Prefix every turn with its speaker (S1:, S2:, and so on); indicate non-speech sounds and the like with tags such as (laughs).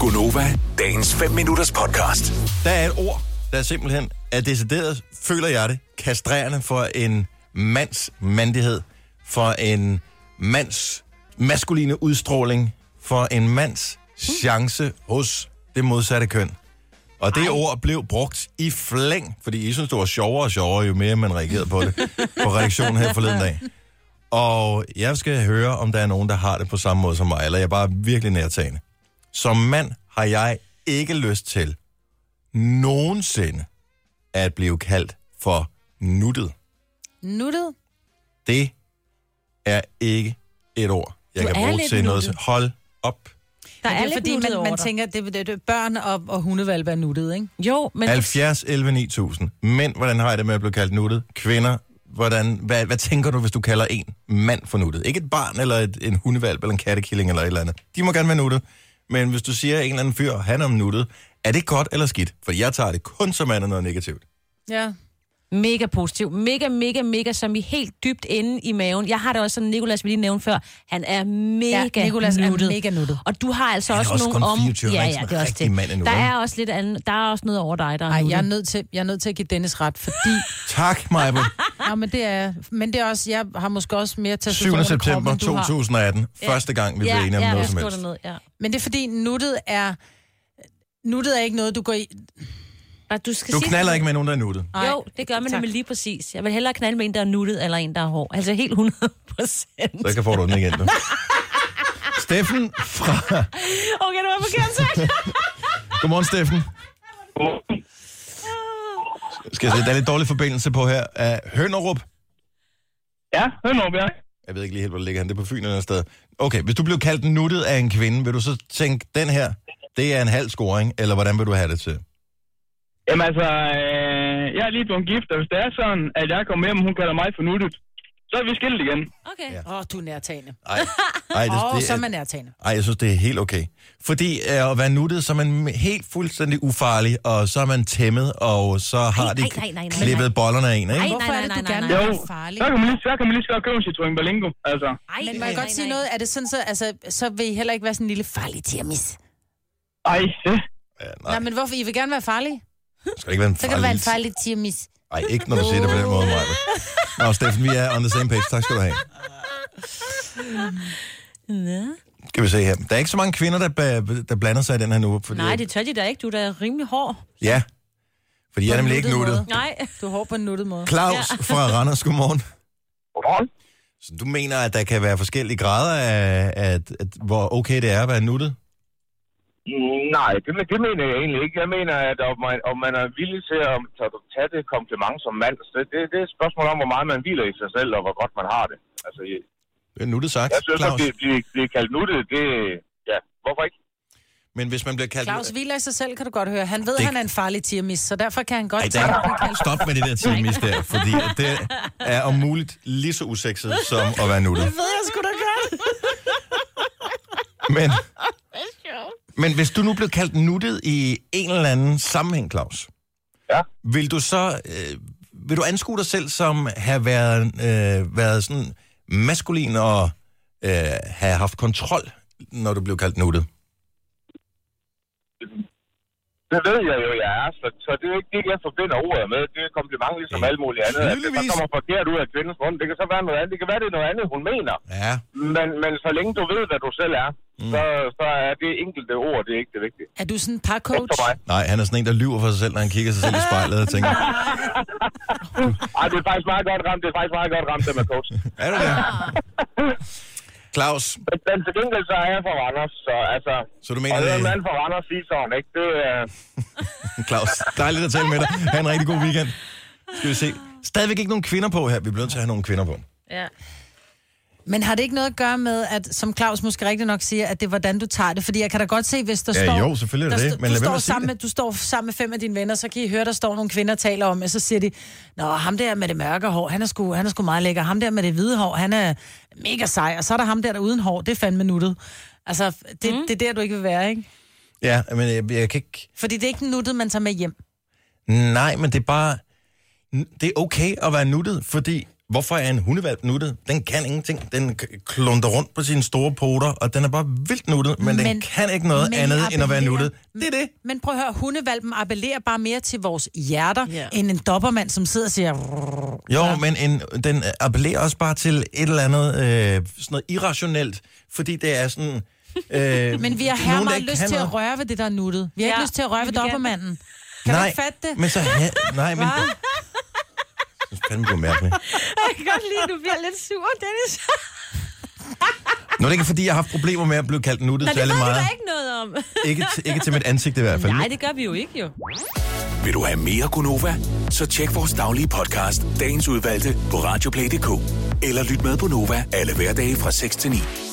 S1: Gunova, dagens 5 minutters podcast.
S2: Der er et ord, der simpelthen er decideret, føler jeg det, kastrerende for en mands mandighed, for en mands maskuline udstråling, for en mands chance hos det modsatte køn. Og det Ej. ord blev brugt i flæng, fordi I synes, det var sjovere og sjovere, jo mere man reagerede på det på reaktionen her forleden dag. Og jeg skal høre, om der er nogen, der har det på samme måde som mig, eller jeg er bare virkelig nærtagende. Som mand har jeg ikke lyst til nogensinde at blive kaldt for nuttet.
S3: Nuttet?
S2: Det er ikke et ord, jeg
S3: Du
S2: kan
S3: er
S2: bruge
S3: lidt
S2: til noget.
S3: nuttet.
S2: Hold op.
S3: Der
S4: Men
S3: er,
S4: det er fordi,
S3: er fordi,
S4: man-
S3: man,
S4: man
S3: man tænker, det, det, det, børn og, og hundevalpe er nuttet, ikke?
S4: Jo, men...
S2: 70, 11, 9000. Mænd, hvordan har jeg det med at blive kaldt nuttet? Kvinder, hvordan, hvad, hvad tænker du, hvis du kalder en mand for nuttet? Ikke et barn, eller et, en hundevalp, eller en kattekilling, eller et eller andet. De må gerne være nuttet. Men hvis du siger en eller anden fyr, han er nuttet, er det godt eller skidt? For jeg tager det kun som andet noget negativt.
S3: Ja.
S4: Mega positiv. Mega, mega, mega, som i helt dybt inde i maven. Jeg har det også, som Nikolas vi lige nævnte før. Han er mega
S3: Ja, Nicolas er
S4: nuttet.
S3: mega nuttet.
S4: Og du har altså
S2: Han er
S4: også,
S2: også kun
S4: nogle om...
S2: 24,
S4: ja,
S2: han er ikke
S4: ja, det er
S2: sådan
S4: også
S2: rigtig
S4: det.
S2: mand endnu,
S4: der
S2: vel?
S4: er også lidt andet. Der er også noget over dig, der er
S3: Ej,
S4: nuttet.
S3: jeg er, nødt til, jeg er nødt til at give Dennis ret,
S4: (laughs)
S3: fordi...
S2: Tak,
S4: Ah,
S2: Majbo.
S3: ja, men, det er, men det er også, jeg har måske også mere til
S2: 7. september 2018. Første gang, vi blev enige om
S4: ja,
S2: noget
S4: jeg
S2: som
S4: skriver
S2: helst.
S4: det ned, ja.
S3: Men det er fordi, nuttet er... Nuttet er ikke noget, du går i...
S4: Og du, skal
S2: Du
S4: sige-
S2: knaller ikke med nogen, der er nuttet.
S3: Nej,
S4: Jo, det gør man
S3: tak.
S4: nemlig lige præcis. Jeg vil hellere knalde med en, der er nuttet, eller en, der er hård. Altså helt 100 procent.
S2: Så kan få du den igen. Du. Steffen fra...
S4: (laughs) Okay, det var forkert
S2: (laughs)
S4: sagt.
S2: Godmorgen, Steffen. Skal jeg se, der er lidt dårlig forbindelse på her. Uh, Hønderup.
S5: Ja, Hønderup, ja.
S2: Jeg ved ikke lige helt, hvor det ligger han. Det er på Fyn eller andet sted. Okay, hvis du blev kaldt nuttet af en kvinde, vil du så tænke, den her, det er en halv scoring, eller hvordan vil du have det til?
S5: Jamen altså, øh, jeg er lige blevet gift, og hvis det er sådan, at jeg kommer hjem, og hun kalder mig for nuttet, så er vi skilt igen.
S4: Okay.
S2: Ja.
S3: Åh, oh, du er nærtagende.
S2: Ej, ej, det,
S3: (laughs) Åh, oh,
S2: det,
S3: så er man
S2: er,
S3: nærtagende.
S2: ej, jeg synes, det er helt okay. Fordi uh, at være nuttet, så er man helt fuldstændig ufarlig, og så er man tæmmet, og så har
S4: Ej,
S2: de
S4: ej, nej, nej, nej.
S2: klippet bollerne af en, ikke?
S4: Ej,
S3: Hvorfor
S4: nej,
S3: er det,
S4: nej,
S3: du
S4: nej,
S3: gerne
S4: nej.
S3: vil
S5: Jo,
S3: være farlig?
S5: så kan man lige så, kan man lige så godt købe en Citroën Berlingo, altså.
S4: Ej,
S3: Men må jeg godt sige noget? Er det sådan, så, altså, så vil I heller ikke være sådan en lille farlig tirmis?
S5: Ej, det.
S2: Ja,
S3: Nej,
S2: nej,
S3: men hvorfor? I vil gerne være farlige?
S2: skal det ikke være en
S3: Så kan du være en
S2: farlig-
S3: farlig tirmis.
S2: Ej, ikke når du siger det på den måde, Maja. Nå, Steffen, vi er on the same page. Tak skal du have. Skal vi se her. Der er ikke så mange kvinder, der, ba- der blander sig i den her nu. Fordi,
S4: Nej, det tør de da ikke. Du er da rimelig hård.
S2: Ja, fordi jeg er nemlig ikke
S3: nuttet
S2: nuttet.
S3: måde.
S4: Nej.
S3: Du er hård på en nuttet måde.
S2: Claus fra Randers, godmorgen.
S5: Godmorgen.
S2: Så du mener, at der kan være forskellige grader af, at, at, hvor okay det er at være nuttet?
S5: Mm, Nej, det, men- det mener jeg egentlig ikke. Jeg mener, at om man, om man er villig til at tage, tage det kompliment som mand, så det, det er et spørgsmål om, hvor meget man hviler i sig selv, og hvor godt man har det. Altså, jeg,
S2: Det er nuttet sagt,
S5: jeg synes, at
S2: Claus.
S5: blive, blive, blive kaldt nuttet, det... Ja, hvorfor ikke?
S2: Men hvis man bliver kaldt...
S3: Claus hviler i sig selv, kan du godt høre. Han ved,
S2: Det-
S3: det... han er en farlig tirmis, så derfor kan han godt
S2: Ej,
S3: tænke, at han
S2: der,
S3: kan
S2: stop med det der timis der, fordi at det er om muligt lige så usekset som at være nuttet.
S3: ved jeg sgu da godt.
S2: (laughs) Men, men hvis du nu blev kaldt nuttet i en eller anden sammenhæng, Claus,
S5: Ja.
S2: vil du så øh, vil du anskue dig selv som have været, øh, været sådan maskulin og øh, have haft kontrol, når du blev kaldt nuttet?
S5: Det ved jeg jo, jeg er, så, så det er jo ikke det, jeg forbinder ordet med. Det er et kompliment ligesom
S2: Ja.
S5: alt muligt andet. At det
S2: Tydeligvis.
S5: så kommer forkert ud af kvindens mund. Det kan så være noget andet. Det kan være, det er noget andet, hun mener.
S2: Ja.
S5: Men, men så længe du ved, hvad du selv er, mm. så, så er det enkelte ord, det er ikke det vigtige.
S3: Er du sådan en
S5: Ikke
S3: parcoach?
S5: for mig.
S2: Nej, han er sådan en, der lyver for sig selv, når han kigger sig selv i spejlet og tænker,
S5: Ej, det er faktisk meget godt ramt. Det er faktisk meget godt ramt, det med coach.
S2: er du det? Claus,
S5: Men, men til gengæld, så er jeg fra Randers, så altså...
S2: Så du mener,
S5: at...
S2: det-
S5: en mand fra Randers sige sådan, ikke? Det, øh,
S2: Claus, dejligt at tale med dig. Ha' en rigtig god weekend. Skal vi se. Stadigvæk ikke nogen kvinder på her. Vi bliver nødt til at have nogle kvinder på.
S4: Ja.
S3: Men har det ikke noget at gøre med, at som Claus måske rigtig nok siger, at det er, hvordan du tager det? Fordi jeg kan da godt se, hvis der
S2: Ja,
S3: står...
S2: jo, selvfølgelig er
S3: der
S2: det det,
S3: sto-
S2: men
S3: du,
S2: lad være med
S3: står
S2: at sige
S3: sammen med, du står sammen med fem af dine venner, så kan I høre, der står nogle kvinder og taler om, og så siger de, Nå, ham der med det mørke hår, han er sgu, han er sgu meget lækker. Ham der med det hvide hår, han er mega sej. Og så er der ham der, der uden hår, det er fandme nuttet. Altså, det, mm. det er der, du ikke vil være, ikke?
S2: Ja, men jeg, jeg kan ikke...
S3: Fordi det er ikke nuttet, man tager med hjem.
S2: Nej, men det er bare... Det er okay at være nuttet, fordi Hvorfor er en hundevalp nuttet? Den kan ingenting. Den k- klunter rundt på sine store poter, og den er bare vildt nuttet, men, men den
S3: Men-
S2: kan ikke noget
S3: men
S2: andet end at være
S3: appellerer-
S2: nuttet. Det er det.
S3: Men prøv at høre, hundevalpen appellerer bare mere til vores hjerter,
S6: Ja.
S3: yeah. end en dobbermand, som sidder og siger...
S2: Jo, ja. men en, den appellerer også bare til et eller andet øh, sådan noget irrationelt, fordi det er sådan... Øh,
S3: (laughs) Men vi har her
S2: nogen, der
S3: meget
S2: ikke
S3: lyst
S2: kan
S3: til at
S2: noget.
S3: røre ved det, der er nuttet. Vi har
S4: Ja,
S3: ikke lyst til at røre
S4: vi
S3: ved
S4: vil gerne-
S3: dobbermanden. Kan
S2: nej,
S3: du ikke fatte det?
S2: Men så ha- nej, men... Det er fandme blevet mærkeligt.
S4: Jeg kan godt lide, at du bliver lidt sur, Dennis.
S2: Nu er det ikke, fordi jeg har haft problemer med at blive kaldt nuttet
S4: Nej, det
S2: særlig
S4: ved du
S2: meget.
S4: da ikke noget om.
S2: Ikke, til- ikke til mit ansigt i hvert fald.
S4: Nej, det gør vi jo ikke, jo.
S1: Vil du have mere Gunova? Så tjek vores daglige podcast, dagens udvalgte, på radioplay.dk. Eller lyt med på Nova alle hverdage fra 6 til 9.